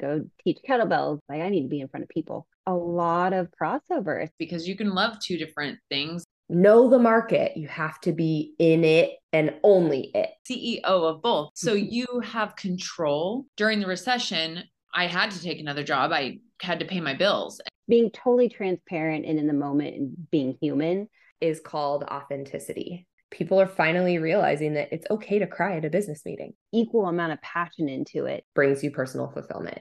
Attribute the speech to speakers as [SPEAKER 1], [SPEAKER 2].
[SPEAKER 1] go teach kettlebells. Like I need to be in front of people. A lot of crossover.
[SPEAKER 2] because you can love two different things.
[SPEAKER 3] Know the market. You have to be in it and only it.
[SPEAKER 2] CEO E of both. So you have control. During the recession, I had to take another job. I had to pay my bills.
[SPEAKER 1] Being totally transparent and in the moment and being human.
[SPEAKER 3] Is called authenticity. People are finally realizing that it's okay to cry at a business meeting.
[SPEAKER 1] Equal amount of passion into it.
[SPEAKER 3] Brings you personal fulfillment.